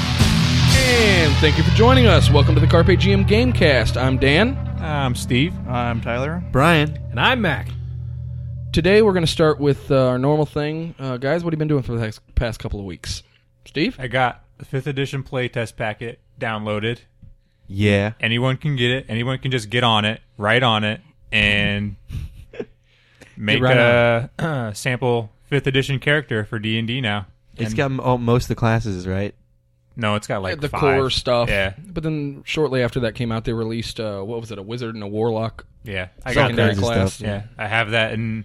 And thank you for joining us. Welcome to the Carpe GM Gamecast. I'm Dan. I'm Um, Steve. I'm Tyler. Brian, And I'm Mac. Today we're going to start with uh, our normal thing. Uh, guys, what have you been doing for the hex- past couple of weeks? Steve? I got the fifth edition playtest packet downloaded. yeah, Anyone can get it. Anyone can just get on it, write on it, and make right a sample fifth edition character for D and D now. it's And- got m- oh, most of the classes right. no, it's got like the five. core stuff. Yeah, But then shortly after that came out, they released, uh, what was it, a wizard and a warlock yeah. I got secondary that. kinds of class. stuff. Yeah, I have that. And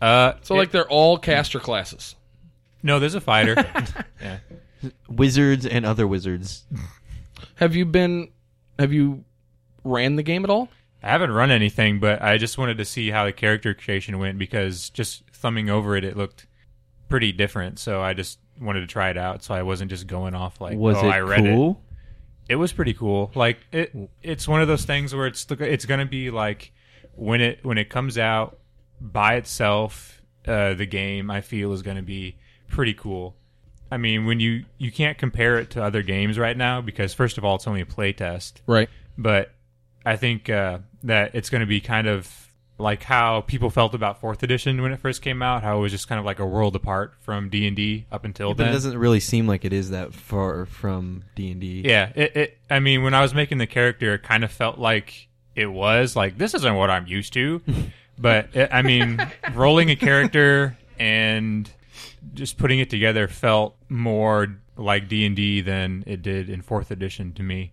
uh, So, it- like, they're all caster classes. no, there's a fighter. yeah. Wizards and other wizards. Have you been, have you ran the game at all? I haven't run anything, but I just wanted to see how the character creation went because just thumbing over it, it looked pretty different. So I just wanted to try it out. So I wasn't just going off like, Was oh, it I read it. cool? It was pretty cool. Like it, it's one of those things where it's it's gonna be like when it when it comes out by itself, uh, the game I feel is gonna be pretty cool. I mean, when you you can't compare it to other games right now because first of all, it's only a play test Right. but I think uh, that it's going to be kind of like how people felt about Fourth Edition when it first came out, how it was just kind of like a world apart from D and D up until But it then. doesn't really seem like it is that far from D and D. yeah, it, it. I mean, when I was making the character, it kind of felt like it was like this isn't what I'm used to. but it, I mean, rolling a character and just putting it together felt more like D and D than it did in Fourth Edition to me.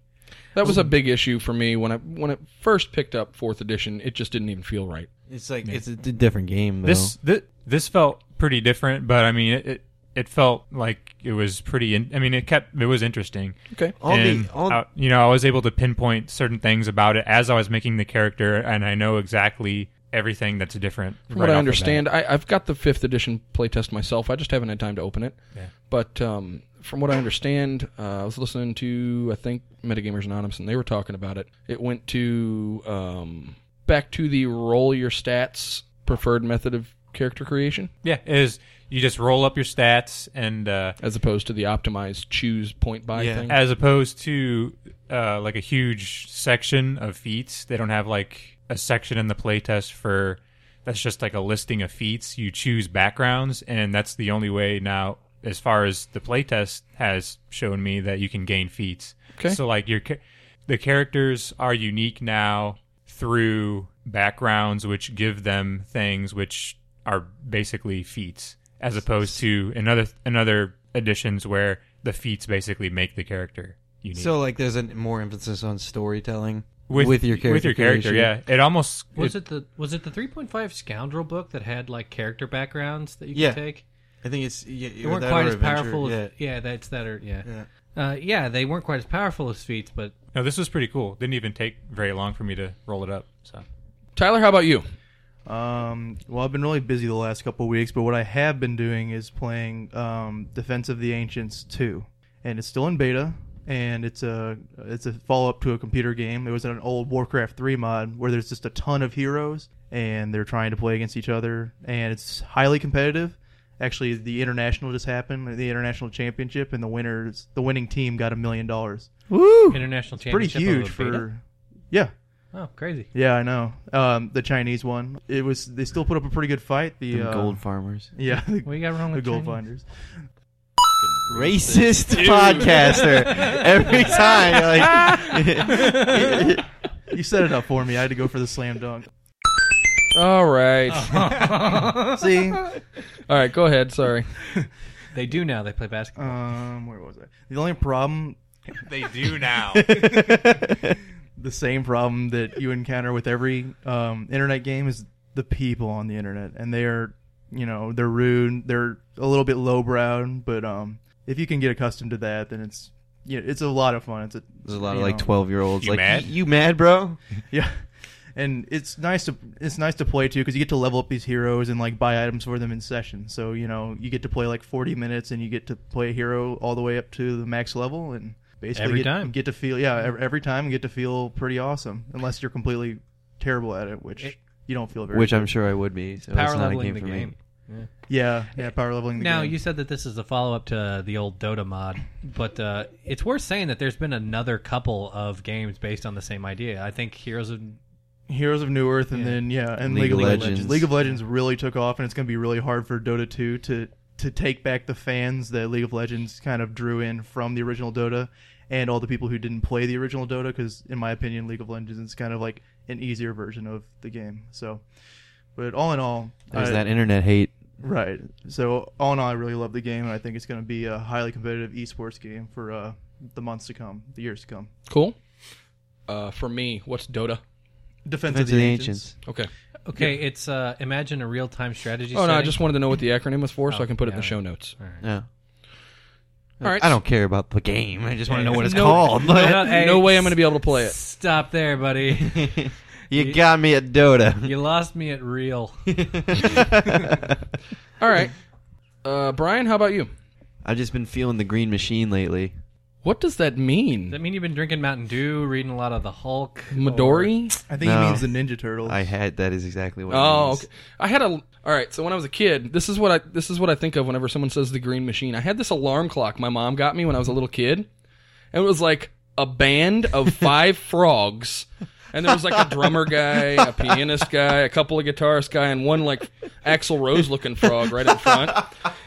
That was a big issue for me when I when it first picked up fourth edition. It just didn't even feel right. It's like it's a d- different game. Though. This this this felt pretty different, but I mean it. it it felt like it was pretty. In, I mean, it kept. It was interesting. Okay. all and the all I- you know, I was able to pinpoint certain things about it as I was making the character, and I know exactly everything that's different. From right what I off the bat. understand, I, I've got the fifth edition playtest myself. I just haven't had time to open it. Yeah. But um, from what I understand, uh, I was listening to I think Metagamers Anonymous, and they were talking about it. It went to um, back to the roll your stats preferred method of character creation, yeah, it is you just roll up your stats, and uh, as opposed to the optimized choose point by Yeah. thing. as opposed to uh, like a huge section of feats, they don't have like a section in the playtest for that's just like a listing of feats. You choose backgrounds, and that's the only way now, as far as the playtest has shown me, that you can gain feats. Okay. So like your cha- the characters are unique now through backgrounds, which give them things which are basically feats, as opposed to another another editions where the feats basically make the character unique. so like there's a more emphasis on storytelling with, your character. with your character, creation. yeah. It almost Was it the was it the 3.5 scoundrel book that had like character backgrounds that you Yeah. could take? I think it's yeah, They weren't quite as powerful. As, yeah. that's that. Or yeah, Yeah. Uh, yeah, they weren't quite as powerful as feats, but No, this was pretty cool. Didn't even take very long for me to roll it up. So Tyler, how about you? Um, well, I've been really busy the last couple of weeks, but what I have been doing is playing um, Defense of the Ancients 2, and it's still in beta, and it's a it's a follow up to a computer game. It was an old Warcraft 3 mod where there's just a ton of heroes, and they're trying to play against each other, and it's highly competitive. Actually, the international just happened, the international championship, and the winners, the winning team got a million dollars. Woo! international Pretty championship. huge of a beta? for, yeah, oh crazy. yeah, I know. Um, the Chinese one. It was. They still put up a pretty good fight. The Them uh, gold farmers. Yeah, the, What you got wrong the with gold Chinese? finders. Racist podcaster. Every time. Like, You set it up for me. I had to go for the slam dunk. All right, Uh-huh. See, all right. Go ahead. Sorry. They do now. They play basketball. um, where was I? The only problem, they do now. the same problem that you encounter with every um, internet game is the people on the internet, and they are, you know, they're rude. They're a little bit lowbrow, but um, if you can get accustomed to that, then it's. Yeah, it's a lot of fun. It's a, There's a lot you of like know. twelve year olds You like mad? "Y- you mad, bro? Yeah, and it's nice to it's nice to play too because you get to level up these heroes and like buy items for them in session. So you know you get to play like forty minutes and you get to play a hero all the way up to the max level, and basically Every get, time. get to feel yeah every, every time get to feel pretty awesome unless you're completely terrible at it, which It- you don't feel very. which I'm sure I would be. So Power it's not a leveling game the for game. me. yeah yeah power leveling. The Now game. you said that this is a follow up to the old Dota mod, but uh, it's worth saying that there's been another couple of games based on the same idea. I think Heroes of Heroes of New Earth, and Yeah. then yeah, and League League, of of Legends. Legends. League of Legends really took off, and it's going to be really hard for Dota 2 to to take back the fans that League of Legends kind of drew in from the original Dota, and all the people who didn't play the original Dota, because in my opinion, League of Legends is kind of like an easier version of the game. So, but all in all, There's I- that internet hate. right. So all in all, I really love the game, and I think it's going to be a highly competitive esports game for uh, the months to come, the years to come. Cool. Uh, for me, what's Dota? Defense, Defense of the Ancients. Okay. Okay, it's uh, imagine a real time strategy. Oh no, I setting. just wanted to know what the acronym was for, so Oh, I can put it in yeah. the show notes. All right. Yeah. All right. I don't care about the game. I just want to know what it's No- called. no, hey, No way I'm going to be able to play it. Stop there, buddy. you got me at Dota. You lost me at real. All right. Uh, Brian, how about you? I've just been feeling the green machine lately. What does that mean? Does that mean you've been drinking Mountain Dew, reading a lot of the Hulk? or- Midori? I think No. he means the Ninja Turtles. I had that is exactly what. it Oh, means. okay. I had a all right. So when I was a kid, this is what I this is what I think of whenever someone says the green machine. I had this alarm clock my mom got me when I was a little kid, and it was like a band of five frogs, and there was like a drummer guy, a pianist guy, a couple of guitarist guy, and one like Axl Rose looking frog right in front.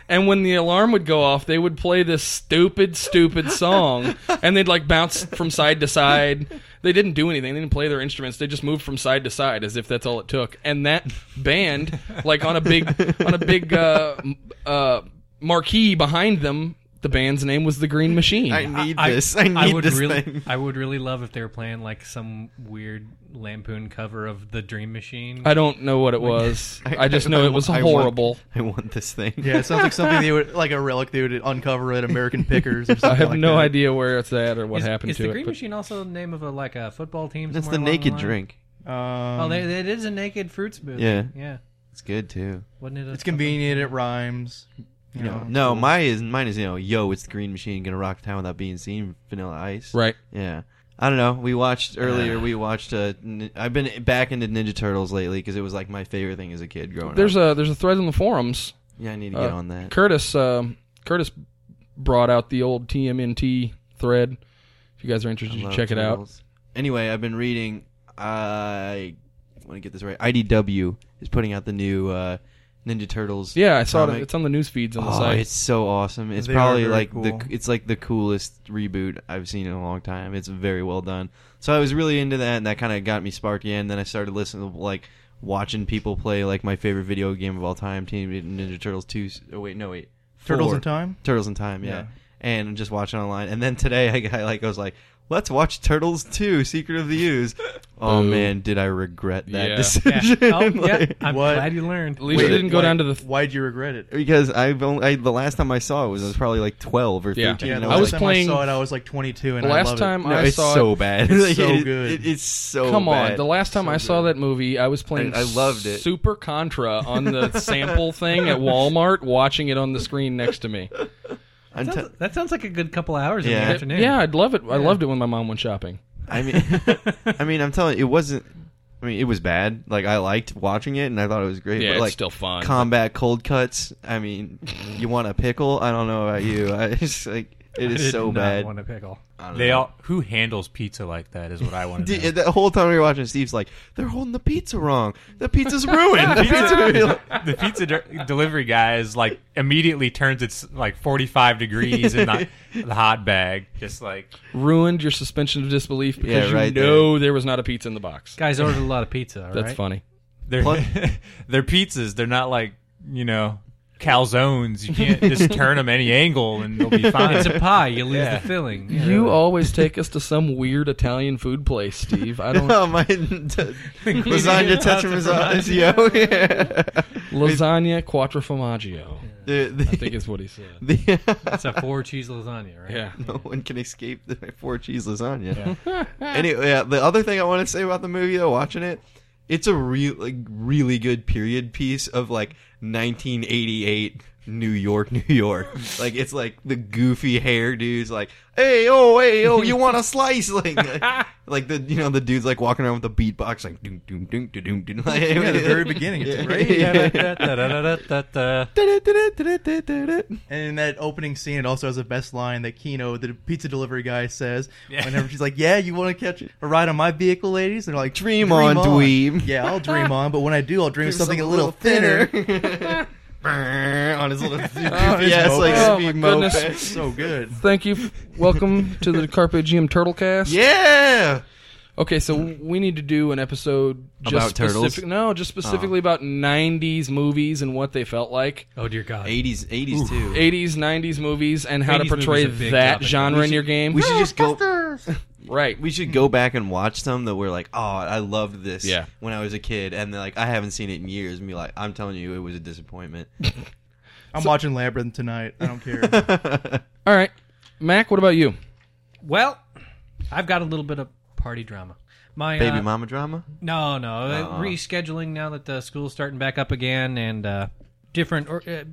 And when the alarm would go off, they would play this stupid, stupid song, and they'd like bounce from side to side. They didn't do anything; they didn't play their instruments. They just moved from side to side as if that's all it took. And that band, like on a big, on a big uh, m- uh, marquee behind them, the band's name was the Green Machine. I need this. I, need I would this really, thing. I would really love if they were playing like some weird lampoon cover of the Dream Machine. I don't know what it was. I just know it was I want- horrible. I want, this thing. Yeah, it sounds like something they would like a relic they would uncover at American Pickers. Or something I have like no that. idea where it's at or what is, happened is to the it. Green but- Machine also the name of a like a football team? That's somewhere the along naked line? drink. Um, Oh, there, it is a naked fruit smoothie. Yeah. yeah. It's good too. Wasn't it? A it's convenient. It rhymes. You know, No, my is mine is you know, yo, it's the green machine gonna rock town without being seen. Vanilla Ice. Right. Yeah. I don't know. We watched earlier. We watched. Uh, nin- I've been back into Ninja Turtles lately because it was like my favorite thing as a kid Oh. growing There's up. a there's a thread in the forums yeah, I need to uh, get on that. Curtis um, Curtis brought out the old TMNT thread. If you guys are I interested, you love check it out. Turtles. Anyway, I've been reading. I want to get this right. IDW is putting out the new uh, Ninja Turtles. Yeah, I saw comic. it. It's on the news feeds on the oh, site. it's so awesome! It's They are probably very like cool. the it's like the coolest reboot I've seen in a long time. It's very well done. So I was really into that, and that kind of got me sparked again. Then I started listening to like watching people play like my favorite video game of all time, Teenage Mutant Ninja Turtles two. Oh wait, no wait, Turtles four. in Time. Turtles in Time, yeah. Yeah. And just watching online. And then today, I got, like I was like, let's watch Turtles 2: Secret of the Ooze. oh Boo. man, did I regret that Yeah. Yeah. decision? Oh, yeah. Like, I'm What? glad you learned. At least Wait, it didn't go Like, down to the. Th- Why'd you regret it? Because I've only I, the last time I saw it was I was probably like 12 or Yeah. 13. Yeah, and the I last was time playing- I saw it. I was like 22, and the I last love time no, I it's saw so it, bad. It's Like, so it- good. it- it's so come on. bad. The last time So I saw good. that movie, I was playing. I- I loved it. Super Contra on the sample thing at Walmart, watching it on the screen next to me. I'm t- Sounds- that sounds like a good couple hours in Yeah. the afternoon. Yeah, I'd love it. I loved it when my mom went shopping. I mean, I mean, I'm telling you, it wasn't. I mean, it was bad. Like I liked watching it, and I thought it was great. Yeah, but, it's like, still fun. Combat cold cuts. I mean, you want a pickle? I don't know about you. I just like it I is did so not bad. Want a pickle? I don't They know. all who handles pizza like that is what I want to D- know. the whole time we were watching, Steve's like, "They're holding the pizza wrong. The pizza's ruined. The pizza." the pizza de- delivery guy is like immediately turns its like 45 degrees in the, the hot bag just like Ruined your suspension of disbelief because Yeah, you right know there. was not a pizza in the box. Guys ordered a lot of pizza. all That's right? funny. they're Pl- they're pizzas they're not like you know calzones you can't just turn them any angle and they'll be fine It's a pie. You lose Yeah. the filling. You always take us to some weird Italian food place, Steve. I don't Oh my! t- lasagna tetramazzio. Yeah. lasagna quattro formaggio. The, the, I think is what he said. the, It's a four cheese lasagna, right? Yeah. no one can escape the four cheese lasagna. anyway, yeah, the other thing I want to say about the movie though, watching it, it's a real like really good period piece of like 1988 New York, New York. like it's like the goofy hair dudes like, hey oh hey oh, you want a slice? Like, like, like the you know the dudes like walking around with the beatbox like doom doom doom doom doom. doom. Like, Yeah, the very beginning, it's great. Da-da-da-da-da-da-da. And in that opening scene, it also has the best line that Kino, the pizza delivery guy, says Yeah. whenever she's like, "Yeah, you want to catch a ride on my vehicle, ladies?" They're like, Dream on, dweeb." Yeah, I'll dream on, but when I do, I'll dream of something a little thinner." on his little his GPS like moped. Oh, my speed moped. goodness. so good. Thank you. Welcome to the Carpe Diem Turtlecast. Yeah. Okay, so we need to do an episode just About specific- turtles? No, just Oh. specifically about '90s movies and what they felt like. Oh dear God! 80s 80s too. '80s, '90s movies, and how to 80s movies portray are a big that topic. genre We in should- your game. We should just go right. we should go back and watch some that we're like, "Oh, I loved this Yeah. when I was a kid." And then like I haven't seen it in years and be like, "I'm telling you, it was a disappointment." I'm watching Labyrinth tonight. I don't care. All right, Mac. What about you? Well, I've got a little bit of party drama. My Baby uh, mama drama? No, no. uh, Rescheduling now that the school's starting back up again and uh, different or, uh,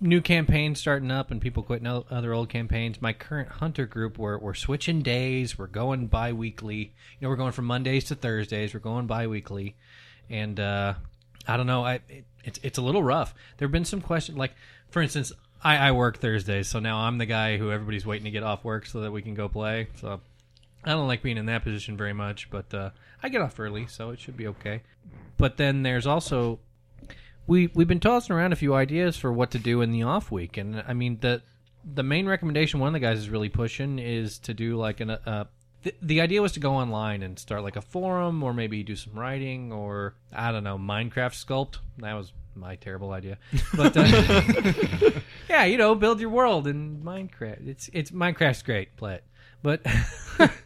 new campaigns starting up and people quitting o- other old campaigns. My current hunter group, we're, we're switching days. We're going bi weekly. You know, we're going from Mondays to Thursdays. We're going bi weekly. And uh, I don't know. I it, it's, it's a little rough. There have been some questions. Like, for instance, I, I work Thursdays, so now I'm the guy who everybody's waiting to get off work so that we can go play. So I don't like being in that position very much, but uh, I get off early, so it should be okay. But then there's also we we've been tossing around a few ideas for what to do in the off week, and I mean the the main recommendation one of the guys is really pushing is to do like an uh, th- the idea was to go online and start like a forum or maybe do some writing or I don't know Minecraft sculpt. That was my terrible idea, but. Uh, yeah, you know, build your world in Minecraft. It's it's Minecraft's great, play it. But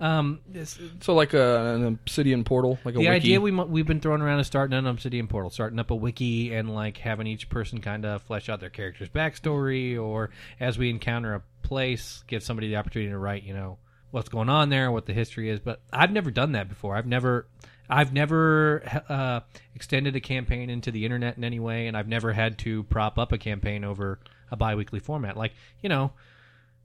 um, this, So like a, an obsidian portal, like a the wiki. idea we mu- we've been throwing around is starting an Obsidian portal, starting up a wiki, and like having each person kind of flesh out their character's backstory, or as we encounter a place, give somebody the opportunity to write, you know, what's going on there, what the history is. But I've never done that before. I've never, I've never uh, extended a campaign into the internet in any way, and I've never had to prop up a campaign over a biweekly format, like you know,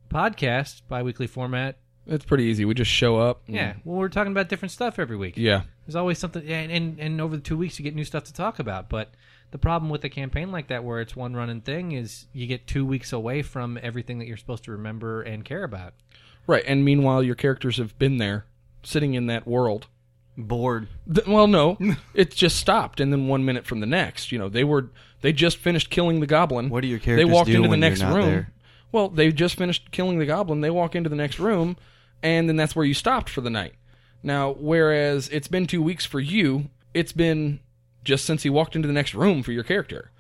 podcast biweekly format. it's pretty easy. We just show up. and- Yeah, well, we're talking about different stuff every week. Yeah. There's always something, and, and and over the two weeks you get new stuff to talk about. But the problem with a campaign like that, where it's one running thing, is you get two weeks away from everything that you're supposed to remember and care about. Right. And meanwhile, your characters have been there, sitting in that world. Bored. Th- well, no, it just stopped, and then one minute from the next, you know, they were they just finished killing the goblin. What do your characters They walked do into when the you're next not room. there? Well, they just finished killing the goblin. They walk into the next room, and then that's where you stopped for the night. Now, whereas it's been two weeks for you, it's been just since he walked into the next room for your character.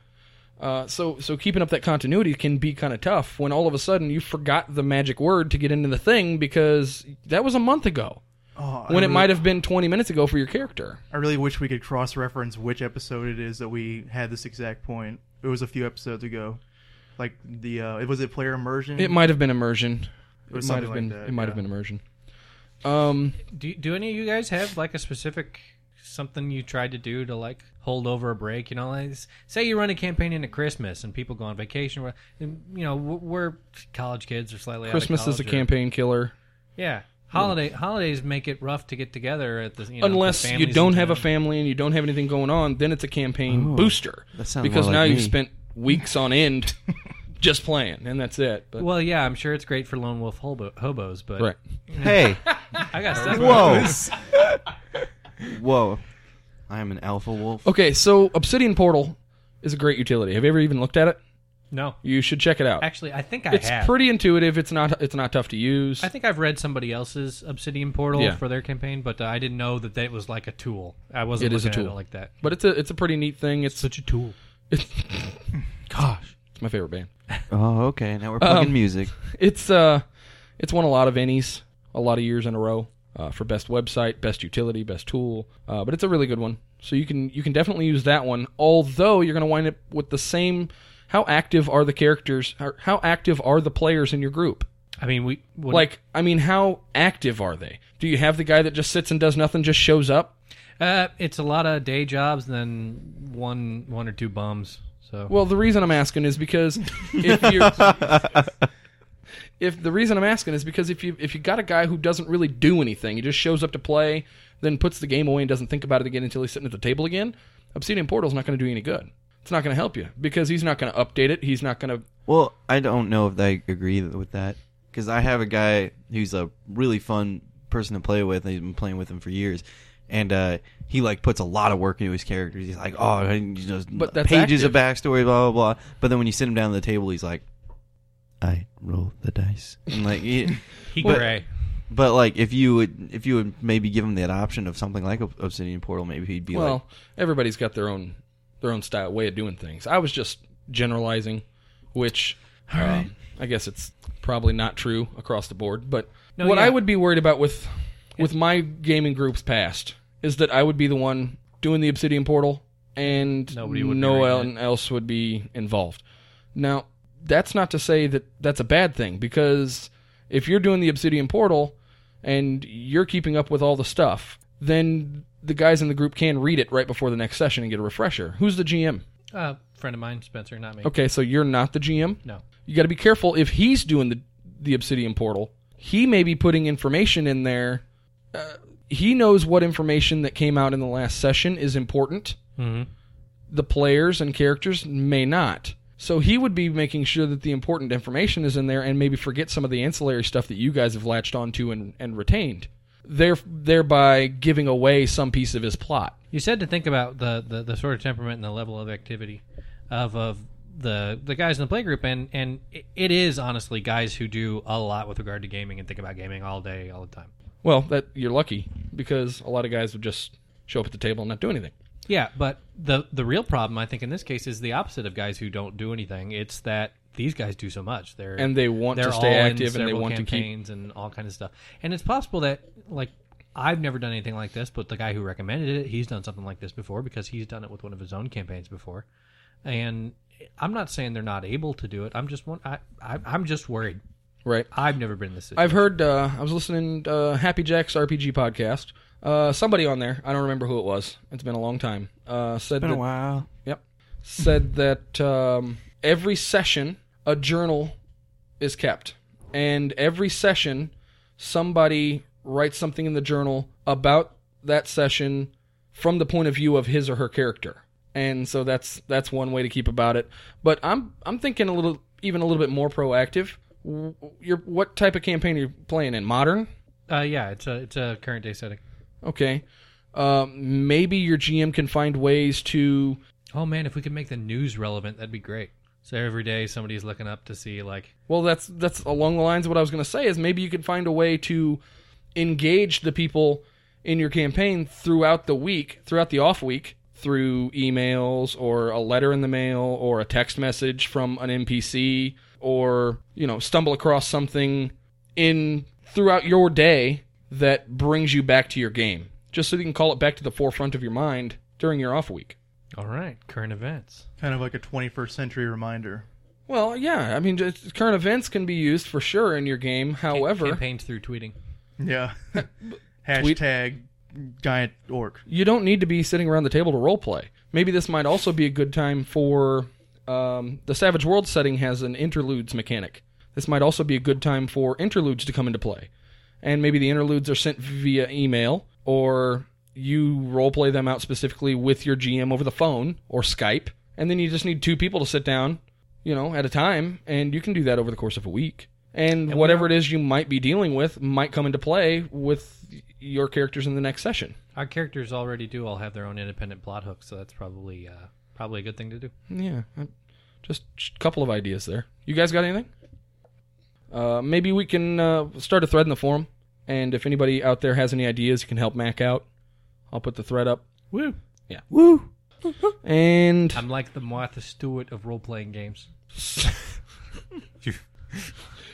Uh, so, so keeping up that continuity can be kind of tough when all of a sudden you forgot the magic word to get into the thing because that was a month ago Oh, I when it really- might have been 20 minutes ago for your character. I really wish we could cross-reference which episode it is that we had this exact point. It was a few episodes ago. Like the uh, it was it player immersion. It might have been immersion. might Or have something like been. that, it might yeah. have been immersion. Um, Do do any of you guys have like a specific something you tried to do to like hold over a break? You know, like, s- say you run a campaign into Christmas and people go on vacation. Or, and, you know, we're, we're college kids or slightly Christmas out of is a college or- campaign killer. Yeah, holiday holidays make it rough to get together at the you know, Unless the you families don't in have a town. family and you don't have anything going on, then it's a campaign booster. that sounds because more now like you've me. spent weeks on end just playing, and that's it. But Well, yeah, I'm sure it's great for lone wolf hobo- hobos, but right, Hey. I got Whoa. stuff. Oh. Whoa. I am an alpha wolf. okay. So Obsidian Portal is a great utility. Have you ever even looked at it? No, You should check it out. actually, I think I it's have. pretty intuitive. It's not. It's not tough to use. I think I've read somebody else's Obsidian Portal Yeah. for their campaign, but uh, I didn't know that that was like a tool. I wasn't It is looking a at tool. it like that. but it's a. It's a pretty neat thing. It's Such a tool. it's, Gosh. it's my favorite band. Oh, okay. Now we're plugging music. it's uh it's won a lot of Ennies a lot of years in a row uh, for best website, best utility, best tool. Uh, but it's a really good one. So you can you can definitely use that one. Although you're going to wind up with the same. How active are the characters? How, how active are the players in your group? I mean, we when- Like, I mean, how active are they? Do you have the guy that just sits and does nothing, just shows up? uh, it's a lot of day jobs and then one one or two bums. So Well, the reason I'm asking is because if you if the reason I'm asking is because if you if you got a guy who doesn't really do anything, he just shows up to play, then puts the game away and doesn't think about it again until he's sitting at the table again, Obsidian Portal's not going to do you any good. It's not going to help you because he's not going to update it. He's not going to Well, I don't know if I agree with that because I have a guy who's a really fun person to play with. and He's been playing with him for years, and uh, he like puts a lot of work into his characters. He's like, oh, I just But that's pages of backstory, blah blah blah. But then when you sit him down at the table, he's like, I roll the dice, and like. he- he but- gray. But like, if you would, if you would maybe give him that option of something like Ob- Obsidian Portal, maybe he'd be well, like, everybody's got their own their own style way of doing things. I was just generalizing, which um, I guess it's probably not true across the board. But No, what yeah. I would be worried about with with my gaming group's past is that I would be the one doing the Obsidian Portal, and Nobody would be no reading one else would be involved. Now, that's not to say that that's a bad thing because if you're doing the Obsidian Portal and you're keeping up with all the stuff, then the guys in the group can read it right before the next session and get a refresher. Who's the GM? Uh, friend of mine, Spencer, not me. Okay, so you're not the GM. No. You got to be careful if he's doing the the Obsidian Portal. He may be putting information in there. Uh, he knows what information that came out in the last session is important Mm-hmm. the players and characters may not. So he would be making sure that the important information is in there and maybe forget some of the ancillary stuff that you guys have latched onto and, and retained. There, thereby giving away some piece of his plot. You said to think about the, the, the sort of temperament and the level of activity of, of the the guys in the playgroup, and and it, it is honestly guys who do a lot with regard to gaming and think about gaming all day, all the time. Well, that you're lucky because a lot of guys would just show up at the table and not do anything. Yeah, but the the real problem I think in this case is the opposite of guys who don't do anything. It's that these guys do so much. They're And they want they're to stay all in active and they several want to keep. campaigns and all kinds of stuff. And it's possible that like I've never done anything like this, but the guy who recommended it, he's done something like this before because he's done it with one of his own campaigns before. And I'm not saying they're not able to do it. I'm just one. I, I I'm just worried. Right. I've never been in this. Situation. I've heard. Uh, I was listening to uh, Happy Jack's RPG podcast. Uh, somebody on there, I don't remember who it was. It's been a long time. Uh, said that, while. Yep. Said that um, every session a journal is kept, and every session somebody writes something in the journal about that session from the point of view of his or her character. And so that's that's one way to keep about it. But I'm I'm thinking a little even a little bit more proactive. W- You're, what type of campaign are you playing in? Modern? Uh, yeah, it's a it's a current day setting. Okay. Um, maybe your GM can find ways to Oh man, if we could make the news relevant, that'd be great. So every day somebody's looking up to see like Well, that's that's along the lines of what I was going to say is maybe you could find a way to engage the people in your campaign throughout the week, throughout the off week, through emails or a letter in the mail or a text message from an NPC or, you know, stumble across something in throughout your day that brings you back to your game, just so you can call it back to the forefront of your mind during your off week. All right, current events. Kind of like a 21st century reminder. Well, yeah, I mean, just current events can be used for sure in your game. However, campaigns through tweeting. Yeah. Tweet- Hashtag giant orc. you don't need to be sitting around the table to role play. Maybe this might also be a good time for um, the Savage World setting has an interludes mechanic. This might also be a good time for interludes to come into play, and maybe the interludes are sent via email or you role play them out specifically with your GM over the phone or Skype, and then you just need two people to sit down, you know, at a time, and you can do that over the course of a week. And, whatever it is you might be dealing with might come into play with y- your characters in the next session. Our characters already do all have their own independent plot hooks, so that's probably uh, probably a good thing to do. Yeah, I- just a couple of ideas there. You guys got anything? Uh, maybe we can uh, start a thread in the forum, and if anybody out there has any ideas, you can help Mac out. I'll put the thread up. Woo! Woo! And I'm like the Martha Stewart of role playing games.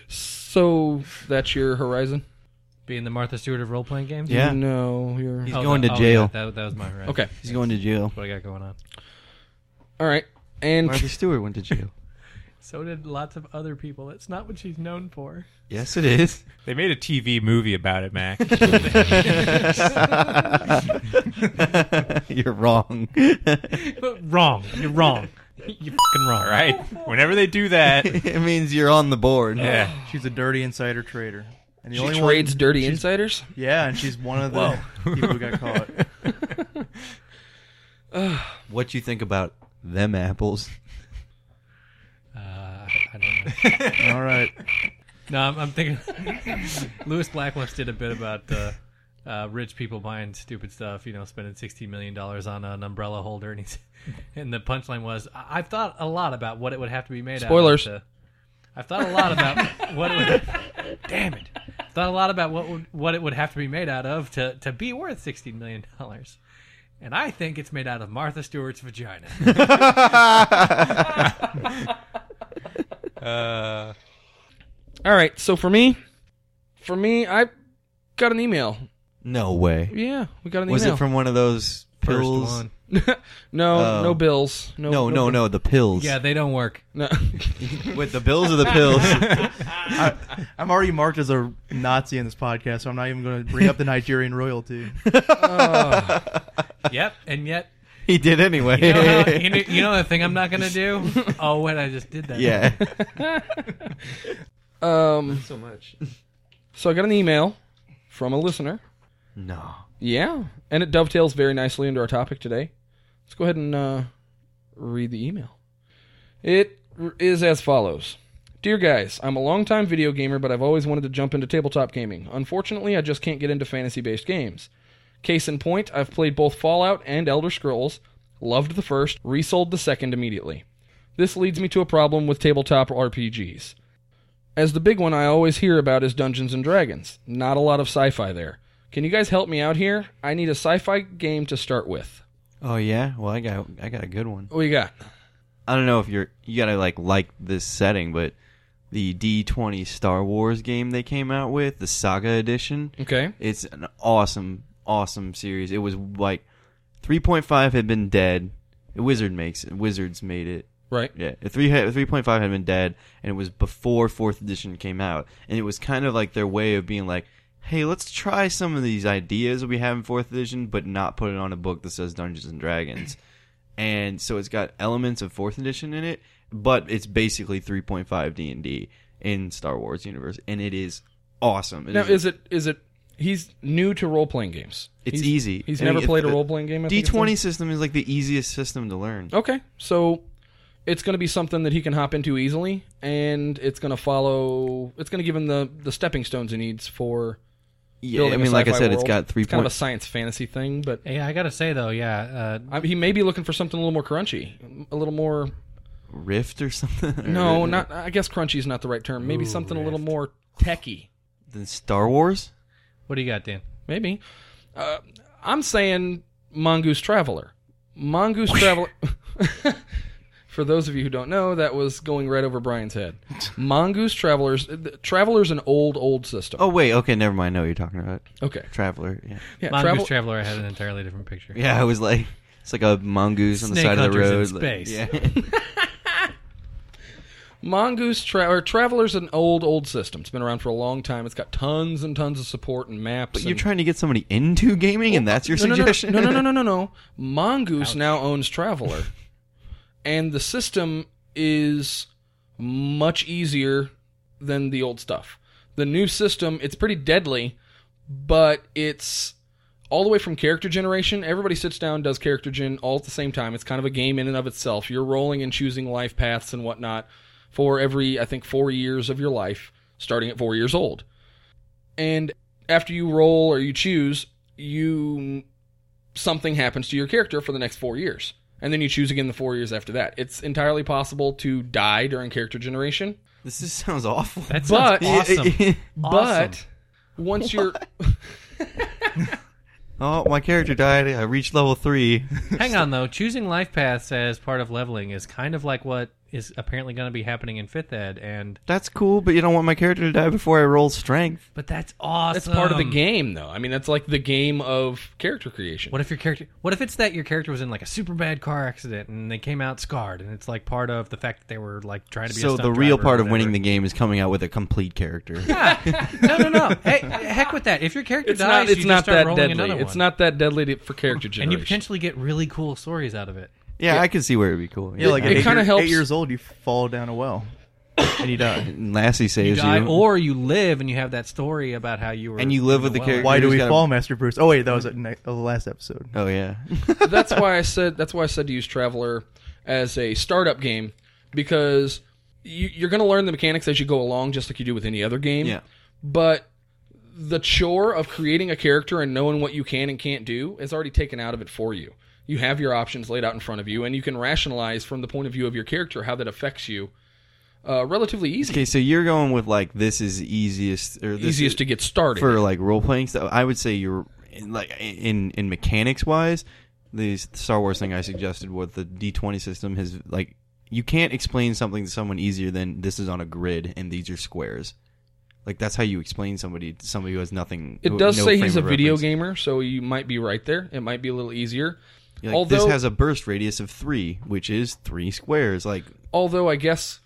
so that's your horizon. Being the Martha Stewart of role playing games. Yeah. No, you're He's going to jail. oh, yeah, that, that was my right. okay. He's going to jail. That's what I got going on. All right, and Martha Stewart went to jail. So did lots of other people. That's not what she's known for. yes, it is. They made a TV movie about it, Mac. You're wrong. wrong. You're wrong. You're fucking wrong. All right. Whenever they do that, it means you're on the board. yeah. She's a dirty insider trader. And the She only trades one, dirty she's- insiders. Yeah, and she's one of the people who got caught. What you think about them apples? Uh, I I don't know. All right. No, I'm, I'm thinking. Lewis Black once did a bit about uh, uh, rich people buying stupid stuff. You know, spending sixty million dollars on an umbrella holder, and he's, and the punchline was, I- "I've thought a lot about what it would have to be made Spoilers. out of." to- I've thought a lot about what. It would, damn it! I've thought a lot about what would, what it would have to be made out of to to be worth sixteen million dollars. And I think it's made out of Martha Stewart's vagina. Uh, All right. So for me, for me, I got an email. No way. Yeah, we got an Was email. it from one of those pills? First one. no, Oh. no bills. No, No, no, no. The pills. Yeah, they don't work. no. With the bills or the pills? I, I'm already marked as a Nazi in this podcast, so I'm not even going to bring up the Nigerian royalty. Yep, and yet he did anyway. You know, how- you know- you know the thing I'm not gonna do? Oh, wait, I just did that. yeah. um. so much. So I got an email from a listener. No. Yeah, and it dovetails very nicely into our topic today. Let's go ahead and uh, read the email. It r- is as follows Dear guys, I'm a longtime video gamer, but I've always wanted to jump into tabletop gaming. Unfortunately, I just can't get into fantasy based games. Case in point, I've played both Fallout and Elder Scrolls, loved the first, resold the second immediately. This leads me to a problem with tabletop RPGs. As the big one I always hear about is Dungeons and Dragons. Not a lot of sci fi there. Can you guys help me out here? I need a sci fi game to start with. Oh yeah. Well, I got I got a good one. What you got? I don't know if you're you gotta like like this setting, but the D20 Star Wars game they came out with, the Saga Edition. Okay. It's an awesome, awesome series. It was like 3.5 had been dead. Wizard makes it. Wizards made it. Right. Yeah, three three point five had been dead, and it was before fourth edition came out, and it was kind of like their way of being like, "Hey, let's try some of these ideas we have in fourth edition, but not put it on a book that says Dungeons and Dragons." and so it's got elements of fourth edition in it, but it's basically three point five D and D in Star Wars universe, and it is awesome. It Now, is it is it? He's new to role playing games. It's He's- easy. He's I never mean, played a it's the- role playing game. I D think it's twenty system is like the easiest system to learn. in. Okay, so it's going to be something that he can hop into easily, and it's going to follow. It's going to give him the the stepping stones he needs for. yeah, building I a mean, like I sci-fi said, it's world. got three It's kind of a point. science fantasy thing, but Yeah, I gotta say though, yeah, uh, I, he may be looking for something a little more crunchy, a little more. Rift or something. Or- No, not. I guess crunchy is not the right term. Maybe something a little more techy. than Star Wars. what do you got, Dan? Maybe. Uh, I'm saying Mongoose Traveler. Mongoose Traveler. For those of you who don't know, that was going right over Brian's head. Mongoose Travelers. th- Traveler's an old, old system. Oh wait, okay, never mind. No, you're talking about okay. Traveler. Yeah, Yeah, Mongoose travel- Traveler had an entirely different picture. yeah. I was like, it's like a mongoose on the Snake side of the road. hunters in like- space. yeah. Mongoose Tra- or Traveler's an old, old system. It's been around for a long time. It's got tons and tons of support and maps. but you're and- trying to get somebody into gaming, and that's your no, no, no, suggestion. No, no, no, no, no, no. Mongoose now owns Traveler, and the system is much easier than the old stuff. The new system, it's pretty deadly, but it's all the way from character generation. Everybody sits down, does character gen all at the same time. It's kind of a game in and of itself. You're rolling and choosing life paths and whatnot for every, I think, four years of your life, starting at four years old. And after you roll or you choose, you something happens to your character for the next four years, and then you choose again the four years after that. It's entirely possible to die during character generation, This just sounds awful. That sounds But- awesome. but once you're oh, my character died. I reached level three. Hang on though, choosing life paths as part of leveling is kind of like what is apparently going to be happening in Fifth Ed, and That's cool, but you don't want my character to die before I roll strength. but that's awesome. that's part of the game, though. I mean, that's like the game of character creation. What if your character? What if it's that your character was in like a super bad car accident and they came out scarred, and it's like part of the fact that they were like trying to be. So a stunt the real driver or part of whatever. winning the game is coming out with a complete character. no, no, no. Hey, heck with that. If your character it's dies, not. you It's just not start that rolling deadly. another one. It's not that deadly to- for character and you generation. potentially get really cool stories out of it. Yeah, I can see where it'd be cool. Yeah, like It- at it eight, kinda year- helps. eight years old, you fall down a well and you die. And Lassie You saves you, die, or you live and you have that story about how you were. and you live with the Well, character. Why do who's we got a- fall, Master Bruce? Oh wait, that was at ne- uh, the last episode. Oh yeah, that's why I said that's why I said to use Traveler as a startup game because you, you're going to learn the mechanics as you go along, just like you do with any other game. Yeah. But the chore of creating a character and knowing what you can and can't do is already taken out of it for you. You have your options laid out in front of you, and you can rationalize from the point of view of your character how that affects you. Uh, relatively easy, Okay, so you're going with like this is easiest or this easiest is, to get started. for like role playing stuff. I would say you're like in in mechanics wise, the Star Wars thing I suggested with the D twenty system has like you can't explain something to someone easier than this is on a grid and these are squares. Like that's how you explain somebody to somebody who has nothing. it who- does no say frame he's a of video reference. gamer, so you might be right there. It might be a little easier. You're Like, this has a burst radius of three, which is three squares. Like although I guess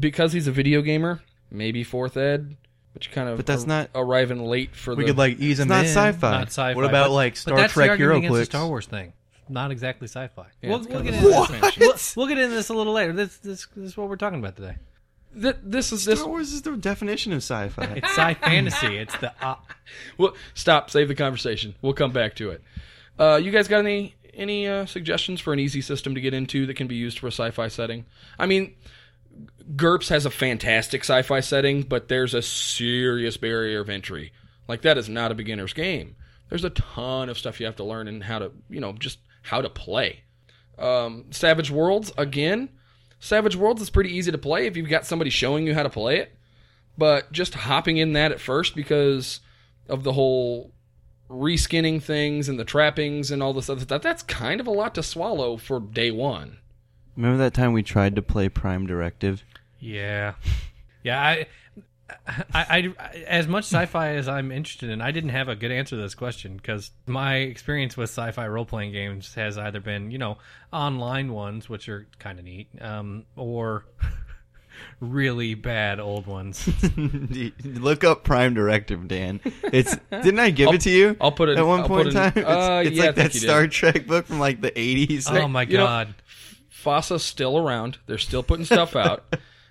because he's a video gamer, maybe fourth ed, but you kind of But that's ar- not- arriving late for We the could like ease it's him not in. sci-fi. not sci-fi. What about, but- like, but Star that's Trek the argument against the Heroclix? Star Wars thing? Not exactly sci-fi. Yeah, we'll, it's we'll kind get of into a- this. We'll, we'll get into this a little later. This this this is what we're talking about today. Th- this is this. Star Wars is the definition of sci-fi. It's sci fantasy. It's the uh, Well, stop. Save the conversation. We'll come back to it. Uh, you guys got any any uh, suggestions for an easy system to get into that can be used for a sci-fi setting? I mean, GURPS has a fantastic sci-fi setting, but there's a serious barrier of entry. Like that is not a beginner's game. There's a ton of stuff you have to learn and how to, you know, just how to play. Um, Savage Worlds again. Savage Worlds is pretty easy to play if you've got somebody showing you how to play it. But just hopping in that at first because of the whole reskinning things and the trappings and all this other stuff, that's kind of a lot to swallow for day one. Remember that time we tried to play Prime Directive? yeah, yeah. I, I, I, I- as much sci-fi as I'm interested in, I didn't have a good answer to this question because my experience with sci-fi role-playing games has either been you know online ones, which are kind of neat, um, or really bad old ones. Look up Prime Directive, Dan. It's didn't I give it to you? I'll put it- at one I'll point put in it time. in- uh, it's it's yeah, I think like that you did. Star Trek book from like the eighties. oh my you know, god. FASA's still around. They're still putting stuff out.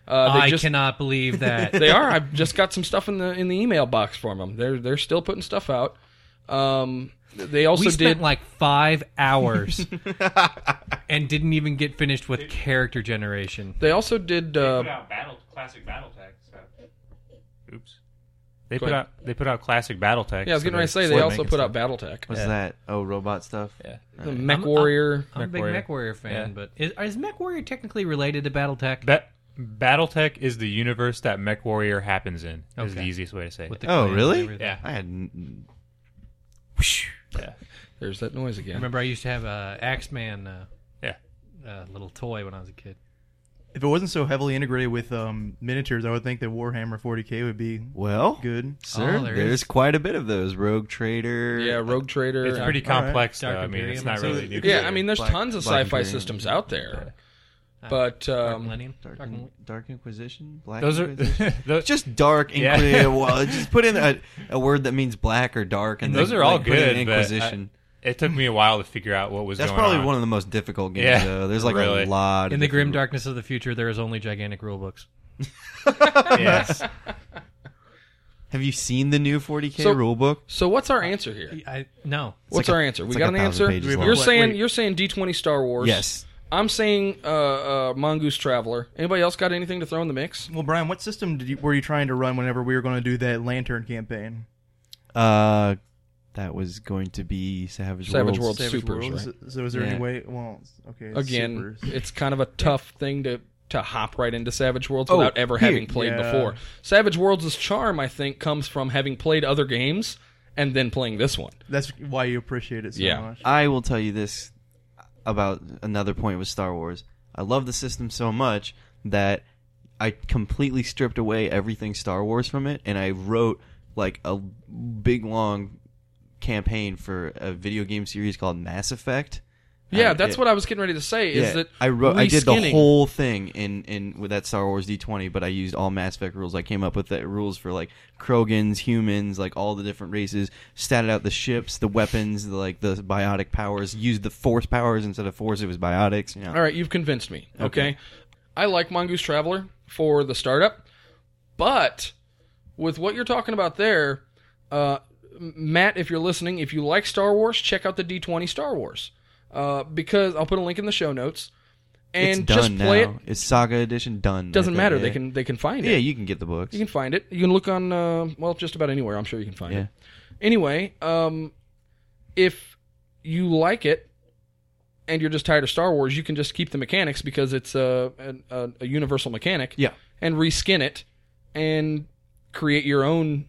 Uh, they I just, cannot believe that. They are. I've just got some stuff in the in the email box from them. They're they're still putting stuff out. Um, they also we did spent like five hours and didn't even get finished with character generation. they also did uh, put out battle classic BattleTech stuff. Oops. They put ahead. out they put out classic BattleTech. yeah, I was getting ready to say they also put out BattleTech. What's that? Oh, robot stuff. Yeah. The Mech I'm- Warrior. I'm a big MechWarrior. MechWarrior fan, Yeah. but is, is MechWarrior technically related to BattleTech? Ba- BattleTech is the universe that MechWarrior happens in. Is the Okay. easiest way to say With it. the Oh, clans and really? everything. Yeah. I had. n- Yeah. There's that noise again. Remember, I used to have a Axeman uh, Yeah. uh, little toy when I was a kid. If it wasn't so heavily integrated with um, miniatures, I would think that Warhammer 40k would be Well, good. sir, Oh, there there's is. quite a bit of those. Rogue Trader. yeah, Rogue Trader. It's pretty All right. complex Dark though. I mean, Imperium it's or not something. really new. Yeah, I mean, there's Black- tons of Black sci-fi Imperium. systems out there, Uh, but Dark um, Millennium. Dark, Dark Mil- Dark Inquisition. Black Those are Inquisition? those, just dark Yeah. Inquisition. well, just put in a, a word that means black or dark, and those then, are all like, put in good. but I- Inquisition. it took me a while to figure out what was That's going probably on. one of the most difficult games. Yeah, though. There's like really. a lot In of the grim different- darkness of the future, there is only gigantic rulebooks. yes. Have you seen the new 40k So- rulebook? so what's our answer here? I no. What's Uh, like a- our answer? We it's got like a an thousand answer. pages You're long. saying Wait. you're saying D20 Star Wars. Yes. I'm saying uh, uh, Mongoose Traveler. Anybody else got anything to throw in the mix? Well, Brian, what system did you, were you trying to run whenever we were going to do that lantern campaign? Uh, that was going to be Savage, Savage Worlds. Worlds Supers, Worlds? right? So, is there Yeah. any way? Well, okay. it's Again, Supers. it's kind of a tough thing to to hop right into Savage Worlds Oh, without ever here. having played Yeah. before. Savage Worlds' charm, I think, comes from having played other games and then playing this one. that's why you appreciate it so Yeah. much. I will tell you this about another point with Star Wars. I love the system so much that I completely stripped away everything Star Wars from it, and I wrote like a big long campaign for a video game series called Mass Effect Yeah, I- that's it- what I was getting ready to say. Is that I wrote, I did the reskinning- whole thing in in with that Star Wars D20, but I used all Mass Effect rules. I came up with the rules for like Krogans, humans, like all the different races. Statted out the ships, the weapons, the, like the biotic powers. Used the Force powers instead of Force. It was biotics. You know. All right, you've convinced me. Okay. I like Mongoose Traveler for the startup, but with what you're talking about there, uh, M- Matt, if you're listening, if you like Star Wars, check out the D20 Star Wars. Uh, because I'll put a link in the show notes It's and done just play now. it. It's Saga Edition done. Doesn't Like, matter. yeah. They can they can find it. Yeah, you can get the books. You can find it. You can look on uh, well, just about anywhere. I'm sure you can find Yeah. it. Anyway, um, if you like it and you're just tired of Star Wars, you can just keep the mechanics because it's a a- a, a universal mechanic. Yeah. and reskin it and create your own.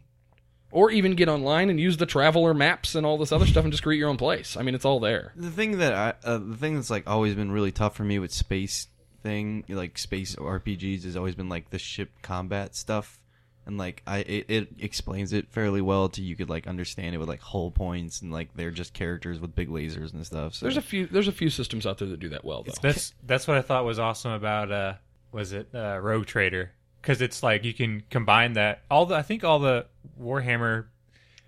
Or even get online and use the traveler maps and all this other stuff and just create your own place. I mean, it's all there. The thing that I, uh, the thing that's like always been really tough for me with space thing, like space RPGs, has always been like the ship combat stuff, and like I, it, it explains it fairly well to you could like understand it with like hull points and like they're just characters with big lasers and stuff. So There's a few. There's a few systems out there that do that well, though. That's that's what I thought was awesome about uh was it uh Rogue Trader because it's like you can combine that all the I think all the Warhammer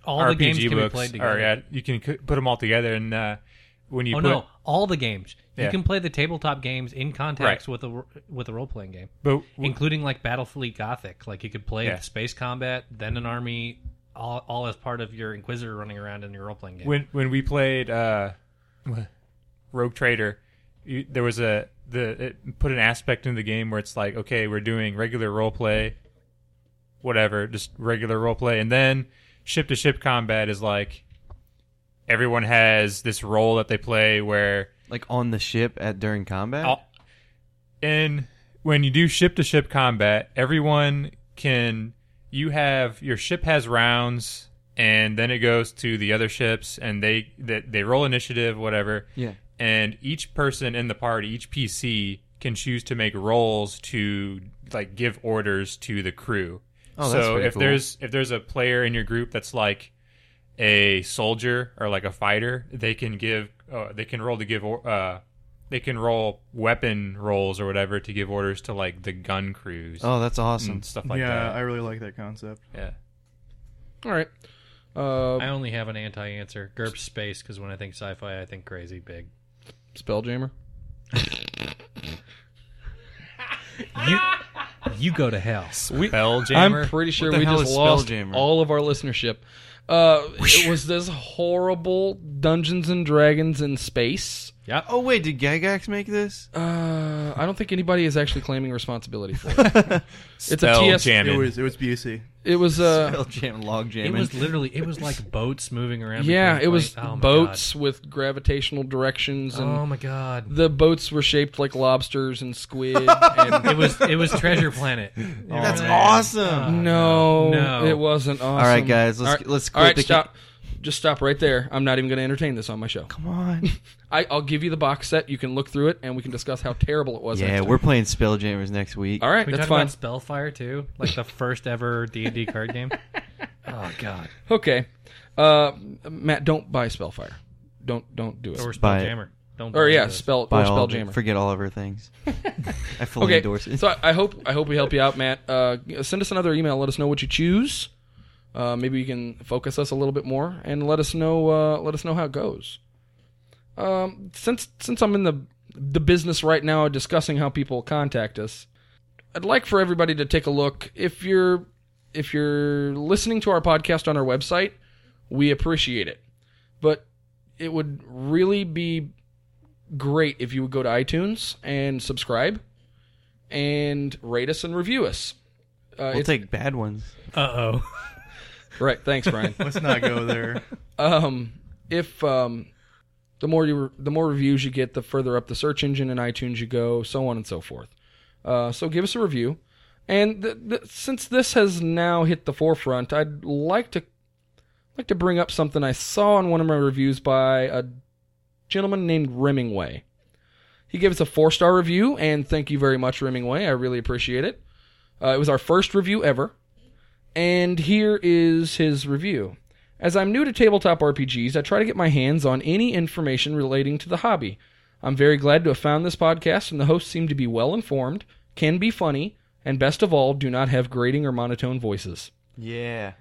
All RPG the games books can be played together. are yeah you can c- put them all together and uh when you oh put no, all the games. Yeah. You can play the tabletop games in context with a with a role playing game, but including like Battlefleet Gothic. Like you could play Yeah. space combat, then an army, all, all as part of your Inquisitor running around in your role playing game. when when we played uh Rogue Trader you, there was a the it put an aspect in the game where it's like okay we're doing regular role play whatever just regular role play and then ship to ship combat is like everyone has this role that they play where like on the ship at during combat. all- and when you do ship to ship combat, everyone can you have your ship has rounds and then it goes to the other ships and they they, they roll initiative whatever. Yeah. And each person in the party, each PC can choose to make rolls to like give orders to the crew. Oh, that's so pretty if cool. there's if there's a player in your group that's like a soldier or like a fighter, they can give uh, they can roll to give or- uh they can roll weapon rolls or whatever to give orders to like the gun crews Oh, that's awesome. Mm, and stuff like yeah, that. I really like that concept. yeah. all right. Uh, I only have an anti answer. GURPS space because when I think sci fi, I think crazy big. Spelljammer. You you go to hell. Spelljammer. I'm pretty sure the we hell just is lost Spelljammer? all of our listenership. Uh, it was this horrible Dungeons and Dragons in space. Oh wait, did Gygax make this? Uh, I don't think anybody is actually claiming responsibility for it. It's a TS. It Spelljamming. was it was Busey. It was uh, Spell jam, log It jam. was literally it was like boats moving around. yeah, between it was planes. Oh, my boats with gravitational directions, God. and Oh my god! the boats were shaped like lobsters and squid. and It was it was Treasure Planet. that's Yeah. awesome. no, No. it wasn't awesome. All right, guys, let's All right, let's all quit right, the ca- stop. Just stop right there. I'm not even going to entertain this on my show. Come on. I, I'll give you the box set. You can look through it, and we can discuss how terrible it was. yeah, next time. we're playing Spelljammers next week. all right. Can we that's talk fine. about Spellfire too, like the first ever D and D card game. Oh god! Okay, uh, Matt, don't buy Spellfire. Don't don't do it. Or Or, Buy it. Spelljammer. Don't. yeah, do this. spell Buy or all of Spelljammer. it. Forget all of her things. I fully Okay, endorse it. so uh, I, I hope I hope we help you out, Matt. Uh, send us another email. Let us know what you choose. Uh, maybe you can focus us a little bit more and let us know uh, let us know how it goes. Um, since since I'm in the the business right now of discussing how people contact us, I'd like for everybody to take a look. If you're if you're listening to our podcast on our website, we appreciate it. But it would really be great if you would go to iTunes and subscribe and rate us and review us. Uh, we'll it's- take bad ones. Uh oh. right. Thanks, Brian. Let's not go there. um, if um, the more you re- the more reviews you get, the further up the search engine in iTunes you go, so on and so forth. Uh, so give us a review. And th- th- since this has now hit the forefront, I'd like to like to bring up something I saw in one of my reviews by a gentleman named Remingway. He gave us a four star review, and thank you very much, Remingway. I really appreciate it. Uh, it was our first review ever, and here is his review. As I'm new to tabletop RPGs, I try to get my hands on any information relating to the hobby. I'm very glad to have found this podcast, and the hosts seem to be well informed, can be funny, and best of all, do not have grating or monotone voices. Yeah.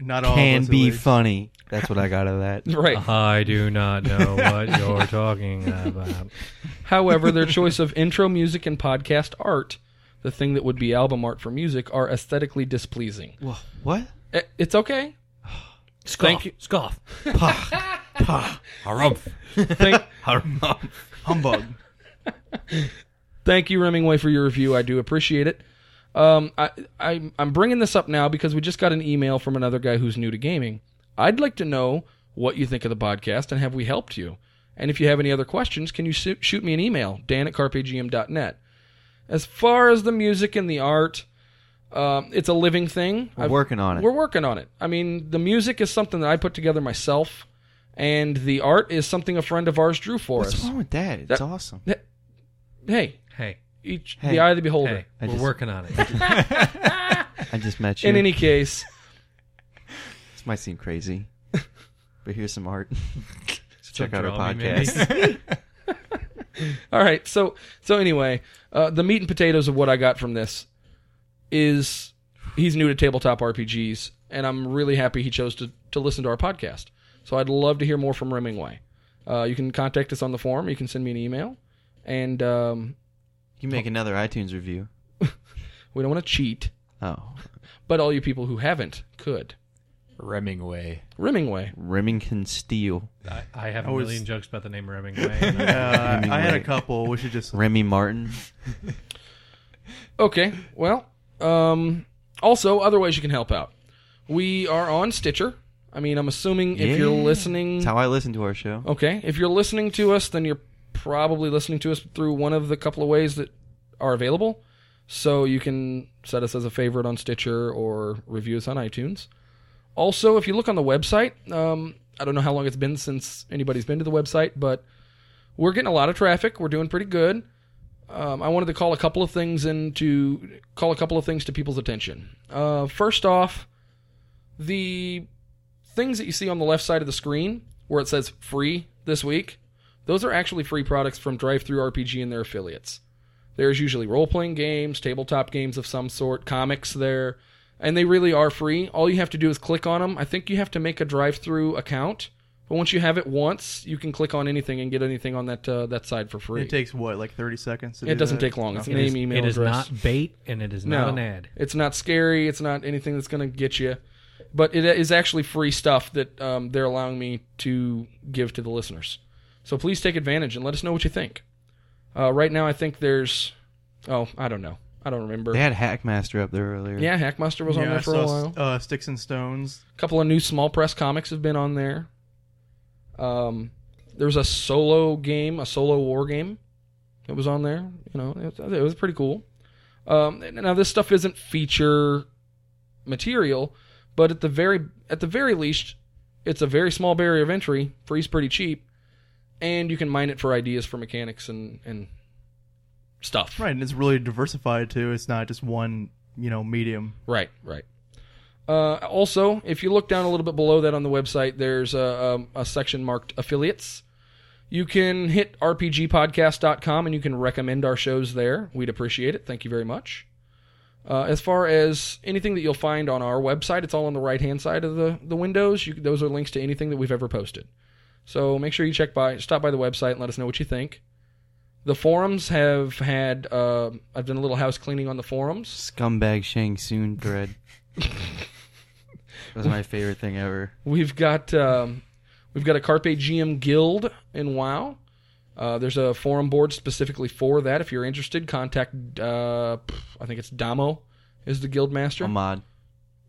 Not all of Can us, at be least. funny. That's what I got out of that. Right. I do not know what you're talking about. However, their choice of intro music and podcast art, the thing that would be album art for music, are aesthetically displeasing. Wha- What? Eh, It's okay. Scoff, Thank you. Scoff. Harumph. Thank, Humbug. thank you, Remingway, for your review. I do appreciate it. Um, I, I, I'm bringing this up now because we just got an email from another guy who's new to gaming. I'd like to know what you think of the podcast and have we helped you? And if you have any other questions, can you su- shoot me an email, dan at carpegm.net. As far as the music and the art, um, it's a living thing. We're I've- working on it. We're working on it. I mean, the music is something that I put together myself, and the art is something a friend of ours drew for What's us. wrong with that? It's That- awesome. Hey, Hey, each Hey. the eye of the beholder. hey, I we're just- working on it. I just met you. In any case, this might seem crazy, but here's some art. Still Check out our draw me, podcast. all right. So so anyway, uh, the meat and potatoes of what I got from this is he's new to tabletop RPGs, and I'm really happy he chose to to listen to our podcast. So I'd love to hear more from Remingway. Uh, you can contact us on the forum. You can send me an email, and um, you make another iTunes review. we don't want to cheat, Oh, but all you people who haven't could. Remingway. Remingway. Remington Steel, I, I have a I was- million jokes about the name Remingway. and I- Uh, I had a Right. couple. We should just Remy Martin. Okay. Well, um, also other ways you can help out. We are on Stitcher. I mean, I'm assuming if you're Yeah. listening, It's how I listen to our show. okay, if you're listening to us, then you're probably listening to us through one of the couple of ways that are available. So you can set us as a favorite on Stitcher or review us on iTunes. Also, if you look on the website, um, I don't know how long it's been since anybody's been to the website, but we're getting a lot of traffic. We're doing pretty good. Um, I wanted to call a couple of things into call a couple of things to people's attention. Uh, first off, the things that you see on the left side of the screen where it says free this week, those are actually free products from Drive Through RPG and their affiliates. There's usually role playing games, tabletop games of some sort, comics there, and they really are free. All you have to do is click on them. I think you have to make a drive through account, but once you have it once, you can click on anything and get anything on that uh, that side for free. It takes what, like thirty seconds? To It do doesn't that? take long. It's No. an it is, email it is address. not bait, and it is not an ad. It's not scary. It's not anything that's going to get you. But it is actually free stuff that um, they're allowing me to give to the listeners. So please take advantage and let us know what you think. Uh, right now, I think there's. Oh, I don't know. I don't remember. They had Hackmaster up there earlier. yeah, Hackmaster was on Yeah, there I for a saw, while. Uh, Sticks and Stones. A couple of new small press comics have been on there. Um, there was a solo game, a solo war game that was on there. You know, it was, it was pretty cool. Um, and now this stuff isn't feature material, but at the very at the very least, it's a very small barrier of entry. Free's pretty cheap, and you can mine it for ideas for mechanics and and stuff. Right, and it's really diversified too. It's not just one, you know, medium. Right, right. Uh, also, if you look down a little bit below that on the website, there's a, um, a section marked affiliates. You can hit rpgpodcast.com and you can recommend our shows there. We'd appreciate it. Thank you very much. Uh, as far as anything that you'll find on our website, it's all on the right hand side of the, the windows. You, those are links to anything that we've ever posted. So make sure you check by, stop by the website and let us know what you think. The forums have had, uh, I've done a little house cleaning on the forums. Scumbag Shang Soon thread. that was my favorite thing ever. We've got um, we've got a Carpe GM Guild in WoW. Uh, there's a forum board specifically for that. If you're interested, contact uh, pff, I think it's Damo is the guild master. Ahmad.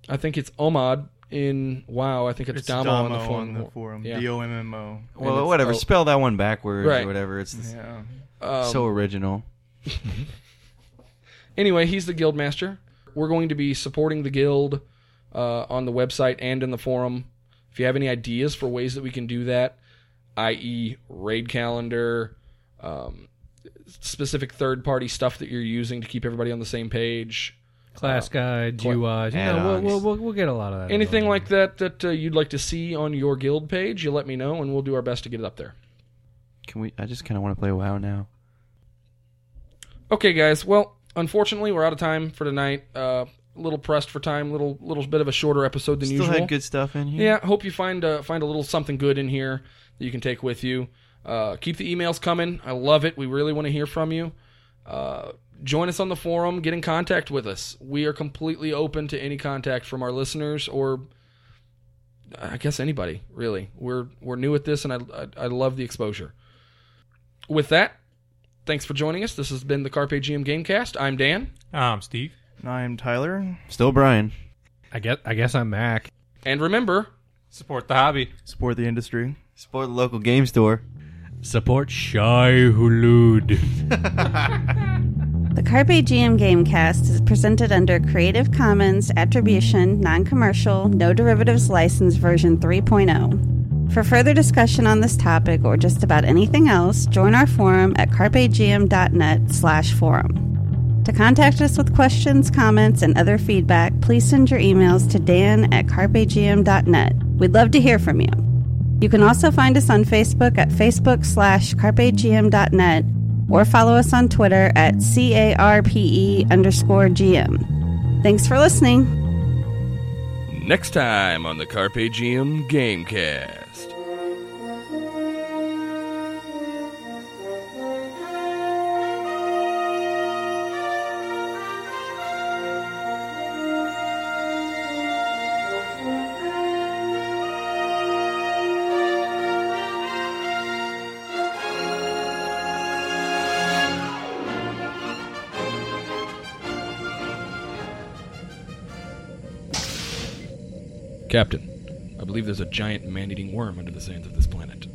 I think it's Omad in WoW. I think it's, Damo, on the forum. board. Yeah. D O M M O. And it's- Well, whatever. oh. Spell that one backwards Right. or whatever. It's Yeah. Um, so original. anyway, he's the guild master. We're going to be supporting the guild uh, on the website and in the forum. If you have any ideas for ways that we can do that, i.e., raid calendar, um, specific third party stuff that you're using to keep everybody on the same page, Class guide, UIs. You know, we'll, add-ons. we'll, we'll, we'll get a lot of that. anything like that that uh, you'd like to see on your guild page, you let me know and we'll do our best to get it up there. Can we? I just kind of want to play WoW now. Okay, guys. Well, unfortunately, we're out of time for tonight. Uh, a little pressed for time. Little little bit of a shorter episode than Still usual. had good stuff in here. Yeah, hope you find uh, find a little something good in here that you can take with you. Uh, keep the emails coming. I love it. We really want to hear from you. Uh, join us on the forum. Get in contact with us. We are completely open to any contact from our listeners or, I guess anybody really. We're we're new at this, and I I, I love the exposure. With that, thanks for joining us. This has been the Carpe GM Gamecast. I'm Dan, Um, Steve. I am Tyler. Still Brian. I guess I guess I'm Mac. and remember, Support the hobby. Support the industry. Support the local game store. Support Shy Hulud. The Carpe GM Gamecast is presented under Creative Commons Attribution, Non Commercial, No Derivatives License version 3.0. For further discussion on this topic or just about anything else, join our forum at carpegm.net slash forum. To contact us with questions, comments, and other feedback, please send your emails to dan at carpegm.net. We'd love to hear from you. You can also find us on Facebook at facebook slash carpegm.net or follow us on Twitter at carpe E underscore gm. Thanks for listening. next time on the Carpe GM Gamecast. Captain, I believe there's a giant man eating worm under the sands of this planet.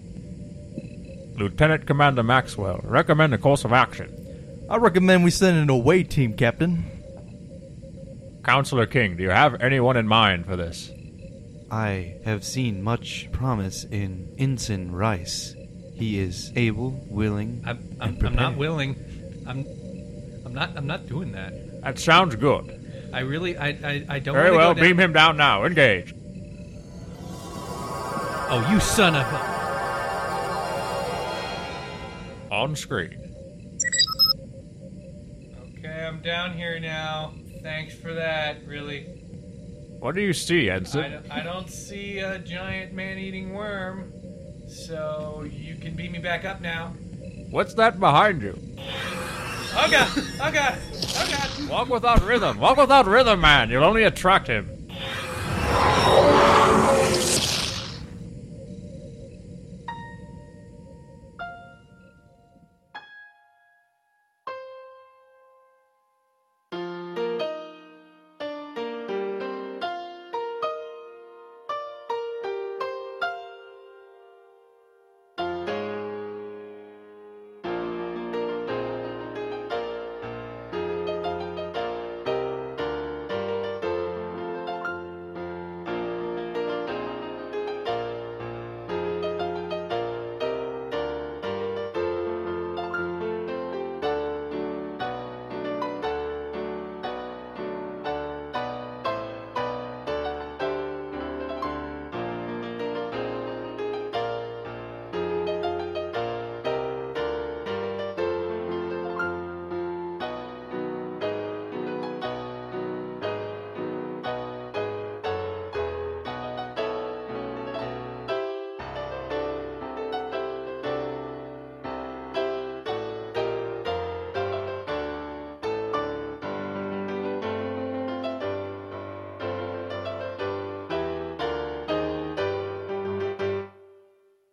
Lieutenant Commander Maxwell, recommend a course of action. I recommend we send an away team, Captain. Counselor King, do you have anyone in mind for this? I have seen much promise in Ensign Rice. He is able, willing, I'm, and I'm, I'm not prepared. willing. I'm I'm not I'm not doing that. That sounds good. I really I I, I don't. Very wanna well, go down- beam him down now. Engage. Oh, you son of a! on screen. Okay, I'm down here now. Thanks for that. Really, What do you see, Ensign? I don't see a giant man-eating worm, so you can beat me back up now. What's that behind you? Oh god! Oh god! Oh god! Walk without rhythm. Walk without rhythm, man. You'll only attract him.